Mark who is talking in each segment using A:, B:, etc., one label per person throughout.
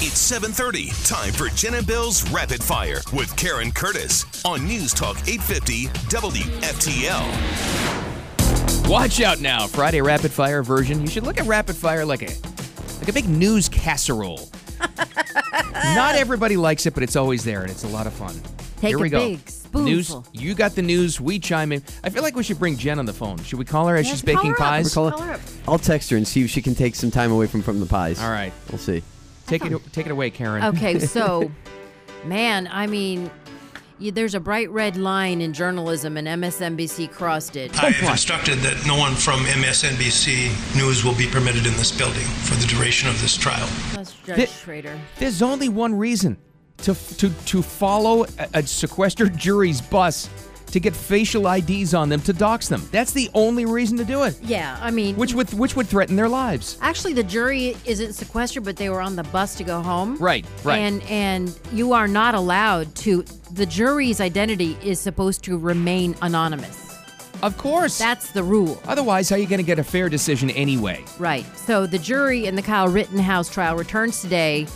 A: It's 7:30. Time for Jen and Bill's Rapid Fire with Karen Curtis on News Talk 850 WFTL.
B: Watch out now, Friday rapid fire version. You should look at rapid fire like a like a big news casserole. Not everybody likes it, but it's always there and it's a lot of fun.
C: Take
B: Here we
C: a
B: go.
C: big spoonful.
B: News. You got the news. We chime in. I feel like we should bring Jen on the phone. Should we call her as
C: Yeah,
B: she's
C: call
B: baking
C: her up.
B: pies?
C: We call- Call her up.
D: I'll text her and see if she can take some time away from from the pies.
B: All right.
D: We'll see.
B: Take it. Take it away, Karen.
C: Okay, so, man, I mean, you, there's a bright red line in journalism, and MSNBC crossed it.
E: I have instructed that no one from MSNBC News will be permitted in this building for the duration of this trial.
C: That's Judge
B: Thi-
C: Schrader.
B: There's only one reason to to to follow a, a sequestered jury's bus to get facial IDs on them to dox them. That's the only reason to do it.
C: Yeah, I mean,
B: Which would which would threaten their lives.
C: actually, the jury isn't sequestered, but they were on the bus to go home.
B: Right, right.
C: And and you are not allowed to. The jury's identity is supposed to remain anonymous.
B: Of course.
C: That's the rule.
B: Otherwise, how are you going to get a fair decision anyway?
C: Right. So the jury in the Kyle Rittenhouse trial returns today.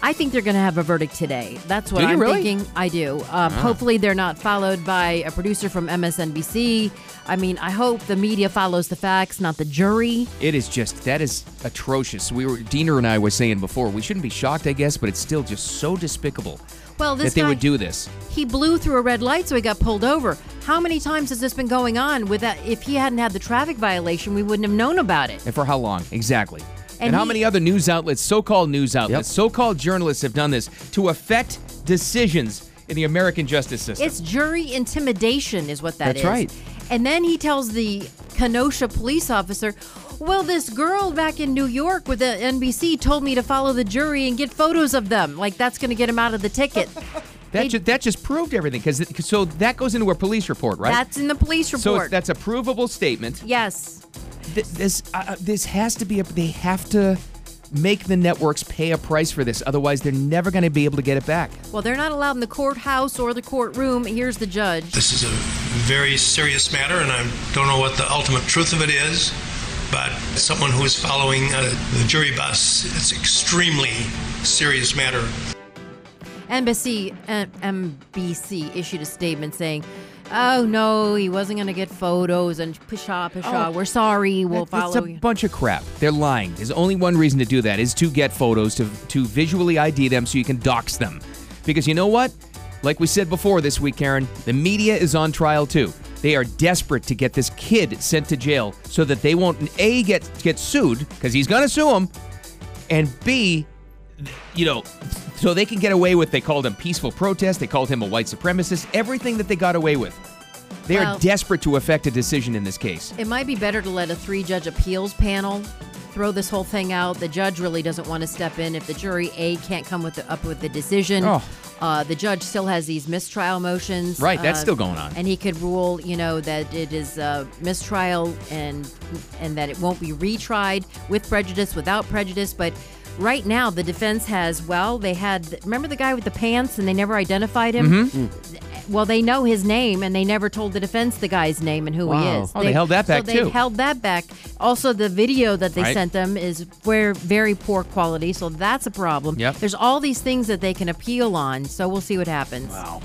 C: I think they're going to have a verdict today. That's what
B: Do you
C: I'm
B: really? Ah.
C: thinking. I do. Um, Hopefully, they're not followed by a producer from MSNBC. I mean, I hope the media follows the facts, not the jury.
B: It is just that is atrocious. We were Diener and I were saying before we shouldn't be shocked, I guess, but it's still just so despicable
C: Well, this
B: that they
C: guy,
B: would do this.
C: He blew through a red light, so he got pulled over. How many times has this been going on? With that, if he hadn't had the traffic violation, we wouldn't have known about it.
B: And for how long? Exactly. And,
C: And
B: how
C: he-
B: many other news outlets, so-called news outlets,
D: Yep.
B: so-called journalists have done this to affect decisions in the American justice system?
C: It's jury intimidation, is what that
D: That's
C: is.
D: right.
C: And then he tells the Kenosha police officer, "Well, this girl back in New York with the NBC told me to follow the jury and get photos of them. Like that's going to get him out of the ticket.
B: that,
C: they-
B: ju- that just proved everything because so that goes into a police report, right?
C: That's in the police
B: so
C: report.
B: it's- that's a provable statement.
C: yes,
B: Th- this uh, uh, this has to be a they have to make the networks pay a price for this otherwise they're never going to be able to get it back
C: well, they're not allowed in the courthouse or the courtroom. Here's the judge.
E: This is a very serious matter, and I don't know what the ultimate truth of it is, but someone who is following uh, the jury bus, it's extremely serious matter.
C: NBC M- MBC issued a statement saying. Oh no, he wasn't going to get photos and pshaw, pshaw. We're sorry. We'll
B: Oh, That-
C: follow
B: that's a
C: you.
B: bunch of crap they're lying there's only one reason to do that is to get photos to to visually id them so you can dox them because you know what like we said before this week karen the media is on trial too they are desperate to get this kid sent to jail so that they won't a get get sued because he's going to sue him and B, you know, so they can get away with they called him peaceful protest, they called him a white supremacist, everything that they got away with. They
C: Well-
B: are desperate to affect a decision in this case.
C: It might be better to let a three judge appeals panel throw this whole thing out. The judge really doesn't want to step in if the jury A can't come with the, up with the decision.
B: Oh.
C: Uh, the judge still has these mistrial motions.
B: Right, that's
C: uh,
B: still going on.
C: And he could rule, you know, that it is uh, mistrial and and that it won't be retried with prejudice, without prejudice. But right now, the defense has well, they had remember the guy with the pants and they never identified him.
B: Mm-hmm.
C: Well, they know his name, and they never told the defense the guy's name and who he
D: Wow.
C: is.
B: Oh, they held that back,
C: so they
B: too.
C: held that back. Also, the video that they
B: Right.
C: sent them is where very poor quality, so that's a problem.
B: Yep.
C: There's all these things that they can appeal on, so we'll see what happens. Wow.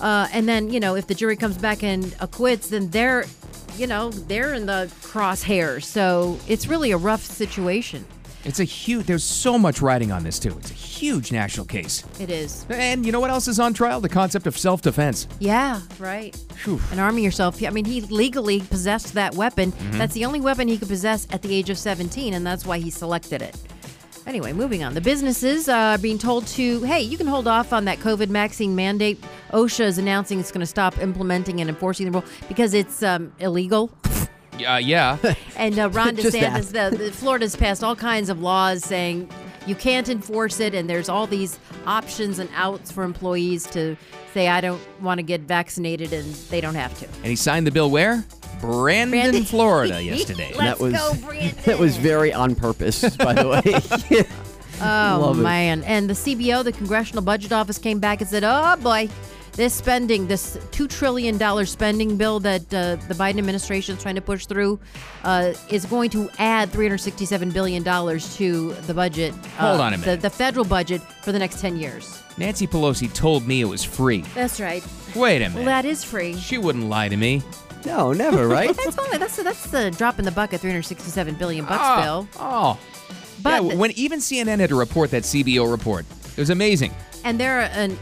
C: Uh, and then you know, if the jury comes back and acquits, then they're, you know, they're in the crosshairs. So it's really a rough situation.
B: It's a huge, there's so much riding on this too. It's a huge national case.
C: It is.
B: And you know what else is on trial? The concept of self defense.
C: Yeah, right.
B: Phew.
C: And arming yourself. I mean, he legally possessed that weapon. That's the only weapon he could possess at the age of 17, and that's why he selected it. Anyway, moving on. The businesses uh, are being told to, hey, you can hold off on that COVID vaccine mandate. OSHA is announcing it's going to stop implementing and enforcing the rule because it's um, illegal.
B: Uh, yeah.
C: And uh, Ron
D: Just that.
C: DeSantis, the, the Florida's passed all kinds of laws saying you can't enforce it, and there's all these options and outs for employees to say I don't want to get vaccinated, and they don't have to.
B: and he signed the bill where? Brandon,
C: Brandon.
B: Florida, yesterday.
C: Let's
D: that was
C: go, Brandon.
D: that was very on purpose, by the way.
C: Oh
D: Love it.
C: man! And the CBO, the Congressional Budget Office, came back and said, "Oh boy, This spending, this $2 trillion spending bill that uh, the Biden administration is trying to push through, uh, is going to add $367 billion to the budget. uh,
B: Hold on a minute.
C: The, the federal budget for the next 10 years.
B: Nancy Pelosi told me it was free.
C: That's right.
B: Wait a
C: Well,
B: minute.
C: that is free.
B: She wouldn't lie to me.
D: No, never, right?
C: That's only that's that's the drop in the bucket, 367 billion bucks,
B: Ah,
C: Bill.
B: Oh.
C: But
B: yeah, when even CNN had to report that CBO report, it was amazing.
C: and they're an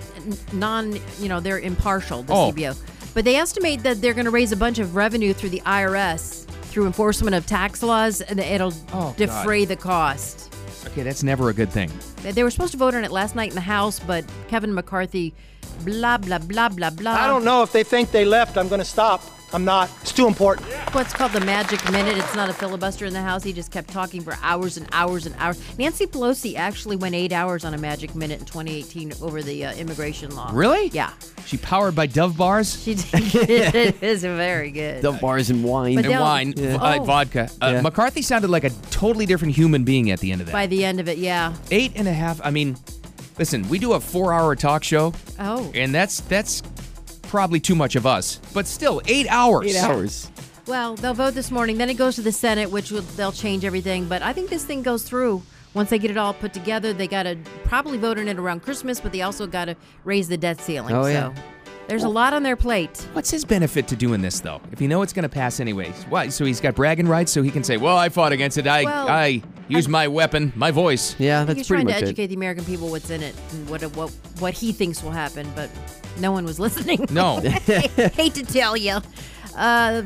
C: non, you know, they're impartial, the
B: Oh.
C: CBO. But they estimate that they're going to raise a bunch of revenue through the IRS through enforcement of tax laws, and it'll
B: Oh, God.
C: defray the cost.
B: Okay, that's never a good thing.
C: They they were supposed to vote on it last night in the House, but Kevin McCarthy, blah blah blah blah blah.
F: I don't know if they think they left. I'm going to stop. I'm not. It's too important.
C: what's called the magic minute. It's not a filibuster in the House. He just kept talking for hours and hours and hours. Nancy Pelosi actually went eight hours on a magic minute in 2018 over the uh, immigration law.
B: Really?
C: Yeah.
B: She powered by Dove bars
C: She did. it is very good.
D: the bars and wine.
C: But
B: and
C: Dove-
B: wine,
C: Yeah.
B: uh,
C: Oh.
B: vodka. Uh,
D: Yeah.
B: McCarthy sounded like a totally different human being at the end of that.
C: By the end of it, yeah.
B: Eight and a half. I mean, listen, we do a four-hour talk show,
C: Oh.
B: and that's that's probably too much of us. But still, eight hours.
D: Eight hours.
C: Well, they'll vote this morning. Then it goes to the Senate, which will, they'll change everything. But I think this thing goes through. Once they get it all put together, they got to probably vote on it around Christmas, but they also got to raise the debt ceiling.
D: Oh,
C: so
D: yeah.
C: there's a lot on their plate.
B: What's his benefit to doing this though? If you know it's going to pass anyways, why? So he's got bragging rights, so he can say, "Well, I fought against it. I
C: Well,
B: I used my weapon, my voice."
D: Yeah,
C: He's
D: that's pretty
C: trying to
D: much
C: educate
D: it.
C: the American people what's in it and what what what he thinks will happen, but no one was listening.
B: No.
C: hate to tell you. Uh,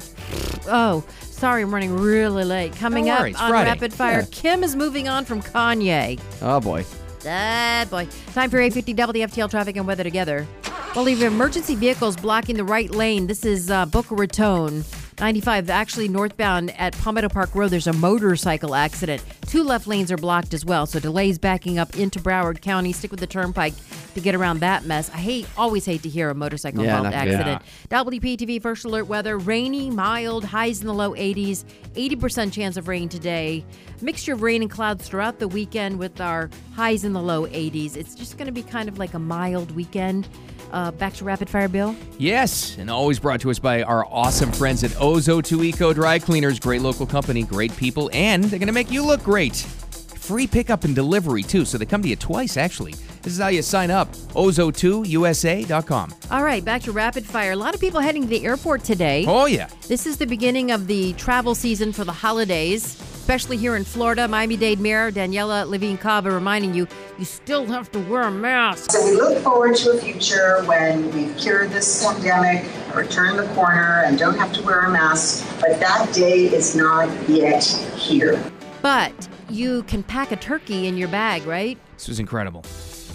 C: oh, sorry, I'm running really late. Coming
B: Don't
C: up
B: worry, it's
C: on
B: Friday.
C: Rapid Fire, Kim is moving on from Kanye.
D: Oh boy.
C: Ah, boy. Time for 850 WFTL traffic and weather together. Well, we have emergency vehicles blocking the right lane. This is uh, Boca Raton, 95, actually northbound at Palmetto Park Road. There's a motorcycle accident. Two left lanes are blocked as well, so delays backing up into Broward County. Stick with the turnpike to get around that mess. I hate, always hate to hear a motorcycle
D: Yeah,
C: involved
D: not good.
C: accident. WPTV First Alert weather rainy, mild, highs in the low 80s, 80% chance of rain today. Mixture of rain and clouds throughout the weekend with our highs in the low 80s. It's just going to be kind of like a mild weekend. Uh, back to Rapid Fire Bill.
B: Yes, and always brought to us by our awesome friends at Ozo2 Eco Dry Cleaners. Great local company, great people, and they're going to make you look great. Free pickup and delivery, too, so they come to you twice, actually. This is how you sign up ozo2usa.com.
C: All right, back to Rapid Fire. A lot of people heading to the airport today.
B: Oh, yeah.
C: This is the beginning of the travel season for the holidays, especially here in Florida. Miami Dade Mayor Daniela Levine Cava reminding you you still have to wear a mask.
G: So we look forward to a future when we've cured this pandemic or turned the corner and don't have to wear a mask, but that day is not yet here.
C: But you can pack a turkey in your bag, right?
B: This was incredible.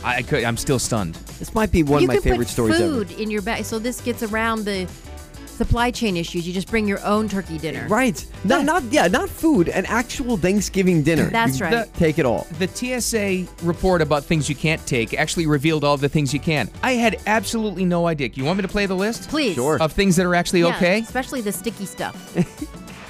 B: I, I could, I'm still stunned.
D: This might be one
C: you
D: of my
C: can
D: favorite
C: put
D: stories
C: food in your bag. So this gets around the supply chain issues. You just bring your own turkey dinner.
D: ever. Right. No, not yeah, not food. An actual Thanksgiving dinner.
C: That's
D: You
C: right.
D: Take it all.
B: The TSA report about things you can't take actually revealed all the things you can. I had absolutely no idea. You want me to play the list?
C: Please. Sure.
B: Of things that are actually
C: Yeah,
B: okay?
C: Especially the sticky stuff.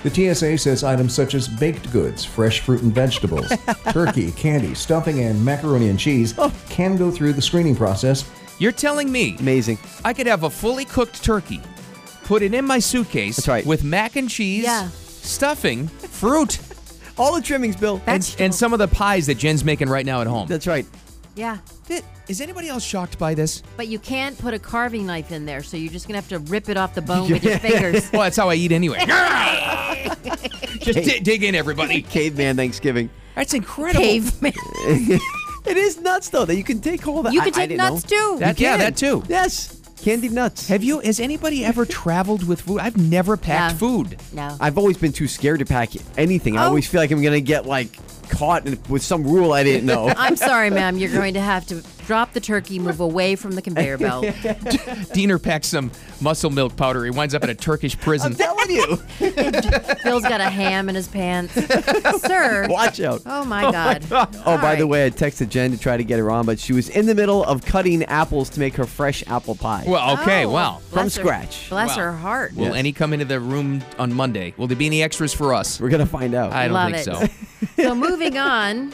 H: The TSA says items such as baked goods, fresh fruit and vegetables, turkey, candy, stuffing, and macaroni and cheese can go through the screening process.
B: You're telling me
D: Amazing.
B: I could have a fully cooked turkey, put it in my suitcase
D: That's right.
B: with mac and cheese,
C: Yeah.
B: stuffing, fruit,
D: All the trimmings, Bill.
B: and, and some of the pies that Jen's making right now at home.
D: That's right.
C: yeah.
B: Th- Is anybody else shocked by this?
C: But you can't put a carving knife in there, so you're just gonna have to rip it off the bone with your fingers.
B: Well, that's how I eat anyway. Just di- dig in, everybody.
D: Caveman Thanksgiving.
B: That's incredible.
C: Caveman.
D: It is nuts though that you can take all that.
C: You
D: I-
C: can
D: I
C: take
D: didn't
C: nuts
D: know.
C: too.
B: That-
D: You
B: yeah,
D: can.
B: that too.
D: Yes, candied nuts.
B: Have you? Has anybody ever traveled with food? I've never packed
C: No.
B: food.
C: no.
D: I've always been too scared to pack anything. I
C: Oh.
D: always feel like I'm gonna get like caught in- with some rule I didn't know.
C: I'm sorry, ma'am. You're going to have to drop the turkey, move away from the conveyor belt.
B: Diener packs some muscle milk powder. He winds up in a Turkish prison.
D: I'm telling you,
C: Bill's got a ham in his pants. Sir.
D: watch out.
C: Oh my God.
D: Oh, by the way, I texted Jen to try to get her on, but she was in the middle of cutting apples to make her fresh apple pie.
B: Well, okay,
C: Oh,
B: wow.
D: From
C: bless her-
D: scratch.
C: Bless
B: Wow.
C: her heart.
B: Will any come into the room on Monday? Will there be any extras for us?
D: we're gonna find out.
B: I don't
C: Love
B: think
C: it.
B: so.
C: So moving on.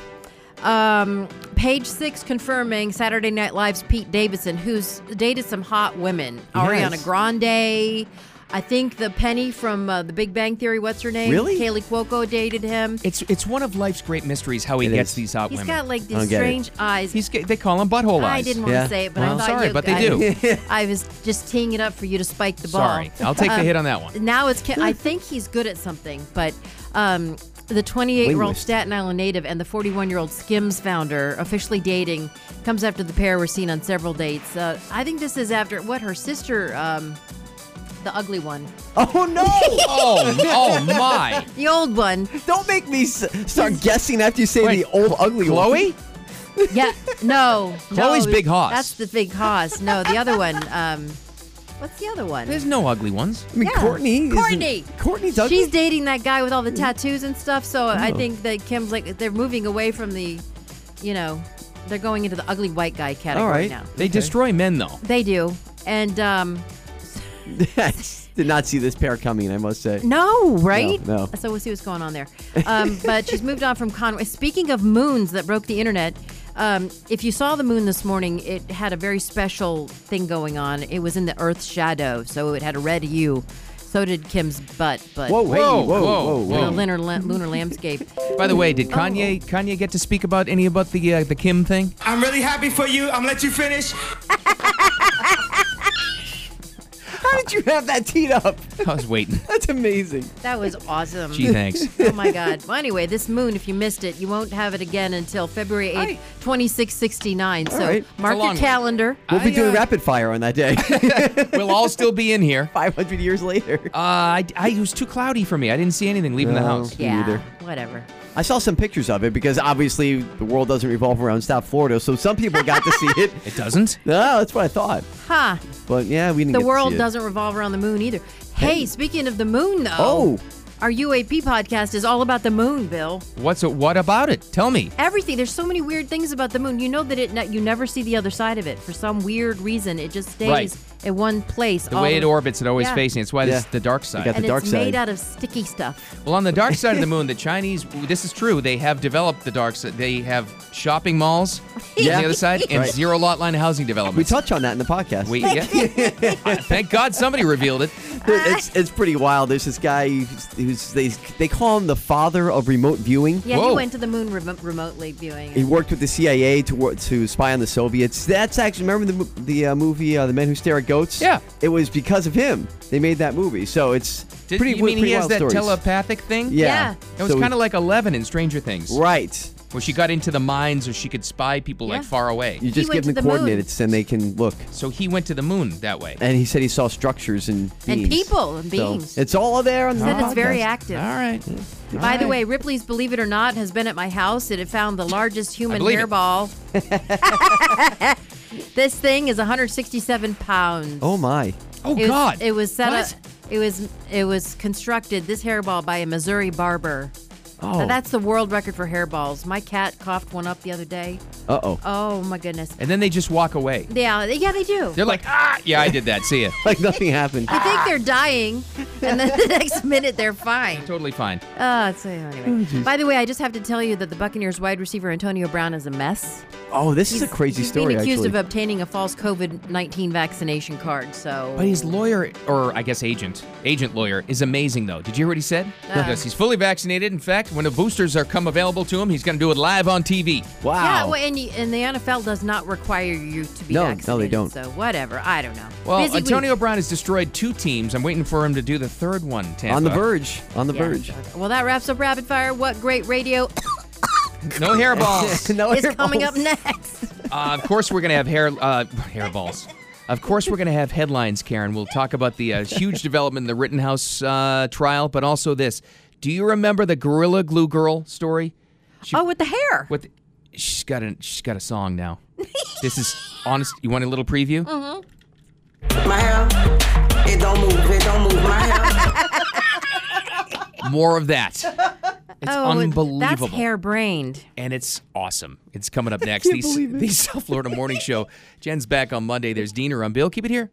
C: Um, page six confirming Saturday Night Live's Pete Davidson, who's dated some hot women. Ariana Grande. I think the Penny from uh, The Big Bang Theory. What's her name?
D: Really?
C: Kaylee Cuoco dated him.
B: It's it's one of life's great mysteries how he
D: It
B: gets
D: is.
B: these hot
C: He's
B: women.
C: got like
D: I
C: these
D: don't get it.
C: strange eyes.
B: He's g- they call him butthole
C: I
B: eyes.
C: didn't want
D: Yeah.
C: to say it, but
B: Well,
C: I thought
B: sorry,
C: you.
B: but they
C: I,
B: do.
C: I was just teeing it up for you to spike the ball. Um,
B: Sorry, I'll take the hit on that one.
C: Now it's. Ke- I think he's good at something, but um, the 28-year-old
D: Linguist.
C: Staten Island native and the 41-year-old Skims founder officially dating comes after the pair were seen on several dates. Uh, I think this is after what her sister, um, the ugly one,
D: Oh no!
B: Oh, oh my!
C: the old one.
D: Don't make me s- start guessing after you say
B: Wait,
D: the old ugly
B: Chloe?
D: one.
C: Yeah, no,
B: Chloe's
C: no,
B: big hoss.
C: That's the big hoss. No, the other one. Um, what's the other one?
B: There's no ugly ones.
D: I mean,
C: Yeah.
D: Courtney. isn't-
C: Courtney.
D: Courtney's ugly.
C: She's dating that guy with all the tattoos and stuff. So
D: Oh.
C: I think that Kim's like they're moving away from the, you know, they're going into the ugly white guy category
D: All right.
C: now.
B: They destroy men though.
C: They do, and um,
D: Did not see this pair coming, I must say.
C: no, right?
D: No, no.
C: So we'll see what's going on there. Um, but she's moved on from Conway. Speaking of moons that broke the internet. Um, if you saw the moon this morning, it had a very special thing going on. It was in the Earth's shadow, so it had a red hue. So did Kim's butt, but
D: Whoa, hey,
B: Whoa,
D: whoa,
B: whoa,
D: whoa, whoa.
B: whoa.
C: the lunar, la- lunar landscape.
B: By the way,
C: Oh.
B: did Kanye Kanye get to speak about any about the uh, the Kim thing?
I: I'm really happy for you. I'm gonna let you finish.
D: How did you have that teed up?
B: I was waiting.
D: That's amazing.
C: That was awesome.
B: Gee, thanks.
C: Oh my God. Well, anyway, this moon, if you missed it, you won't have it again until February 8th, 2669. So
D: right.
B: It's a
C: mark
B: long
C: your
B: one.
C: calendar.
D: We'll be
B: I,
D: doing
B: uh,
D: rapid fire on that day.
B: We'll all still be in here.
D: 500 years later.
B: Uh, I, I it was too cloudy for me. I didn't see anything leaving the
D: No.
B: house.
D: me
C: yeah.
D: either.
C: Whatever.
D: I saw some pictures of it because obviously the world doesn't revolve around South Florida, so some people got to see it.
B: It doesn't.
D: No, that's what I thought.
C: Huh.
D: But yeah, we didn't
C: The
D: get to
C: world
D: see it.
C: doesn't revolve around the moon either. Hey, speaking of the moon, though,
D: Oh.
C: our UAP podcast is all about the moon, Bill.
B: What's it? What about it? Tell me.
C: Everything. There's so many weird things about the moon. You know that it ne- you never see the other side of it for some weird reason. It just stays
B: Right.
C: at one place.
B: The
C: all
B: way it
C: the-
B: orbits, it always
C: Um, Yeah.
B: facing. It's why
D: Yeah.
B: this is the dark
D: We
B: side.
D: got
C: And
D: The dark
C: it's
D: side.
C: made out of sticky stuff.
B: Well, on the dark side of the moon, the Chinese, this is true, they have developed the dark side. They have shopping malls on
D: Yeah.
B: the other side and
D: Right.
B: zero lot line housing
D: We
B: developments.
D: touch on that in the podcast.
B: We- yeah. Uh, Thank God somebody revealed it.
D: it's it's pretty wild. There's this guy who's, who's they they call him the father of remote viewing.
C: Yeah,
B: Whoa.
C: he went to the moon remo- remotely viewing.
D: He
C: It.
D: worked with the CIA to wor- to spy on the Soviets. That's actually remember the mo- the uh, movie uh, The Men Who Stare at Goats.
B: Yeah.
D: it was because of him they made that movie. So it's
B: Did,
D: pretty.
B: you mean
D: pretty
B: he has
D: wild
B: that
D: stories.
B: telepathic thing?
D: Yeah,
C: Yeah.
B: It was
D: So he-
B: kind of like Eleven in Stranger Things,
D: right.
B: where she got into the mines or she could spy people like
C: Yeah.
B: far away.
D: You just
C: went
D: give them
C: to
D: the
C: the moon.
D: coordinates and they can look.
B: So he went to the moon that way.
D: And he said he saw structures and
C: And
D: beings.
C: people and
D: So
C: beings.
D: it's all there on the
C: Said it's
D: podcast.
C: very active.
B: All right.
C: By the way, Ripley's Believe It or Not has been at my house and it found the largest human
B: believe it.
C: hairball. this thing is 167 pounds.
D: Oh my!
B: Oh
C: it was,
B: God.
C: It was set
B: What?
C: up. It was it was constructed this hairball by a Missouri barber.
D: Oh,
C: Now, that's the world record for hairballs. My cat coughed one up the other day.
D: uh oh.
C: Oh my goodness.
B: And then they just walk away.
C: Yeah, they- yeah, they do.
B: They're like, ah, yeah, I did that. See ya.
D: Like nothing happened.
C: They think they're dying, and then the next minute they're fine.
B: Totally fine.
C: Uh, so
D: Oh,
C: anyway. By the way, I just have to tell you that the Buccaneers wide receiver Antonio Brown is a mess.
D: Oh, this is a crazy
C: He's
D: story.
C: Being accused
D: actually.
C: of obtaining a false COVID nineteen vaccination card. So
B: But his lawyer, or I guess agent, agent lawyer, is amazing though. Did you hear what he said? Because he's fully vaccinated. In fact, when the boosters are come available to him, he's going to do it live on TV.
D: wow.
C: yeah, well, and, you, and the NFL does not require you to be
D: No, no, they
C: vaccinated.
D: don't.
C: So whatever, I don't know.
B: Well,
C: Busy
B: Antonio
C: week.
B: Brown has destroyed two teams. I'm waiting for him to do the third one. Tampa.
D: on the verge. On the
C: Yeah.
D: verge.
C: Well, that wraps up rapid fire. What great radio
B: No hairballs.
D: no
C: is
D: airballs.
C: coming up next?
B: uh, of course, we're going to have hair uh, hairballs. Of course, we're going to have headlines, Karen. We'll talk about the uh, huge development in the Rittenhouse uh, trial, but also this. Do you remember the Gorilla Glue Girl story?
C: oh, with the hair.
B: What? The, she's got a she's got a song now. this is honest. You want a little preview?
I: My hair, it don't move, it don't move. My hair.
B: More of that. It's
C: oh,
B: unbelievable,
C: That's hair-brained.
B: and it's awesome. It's coming up next. The, the South Florida Morning Show. Jen's back on Monday. There's Diener on Bill. Keep it here.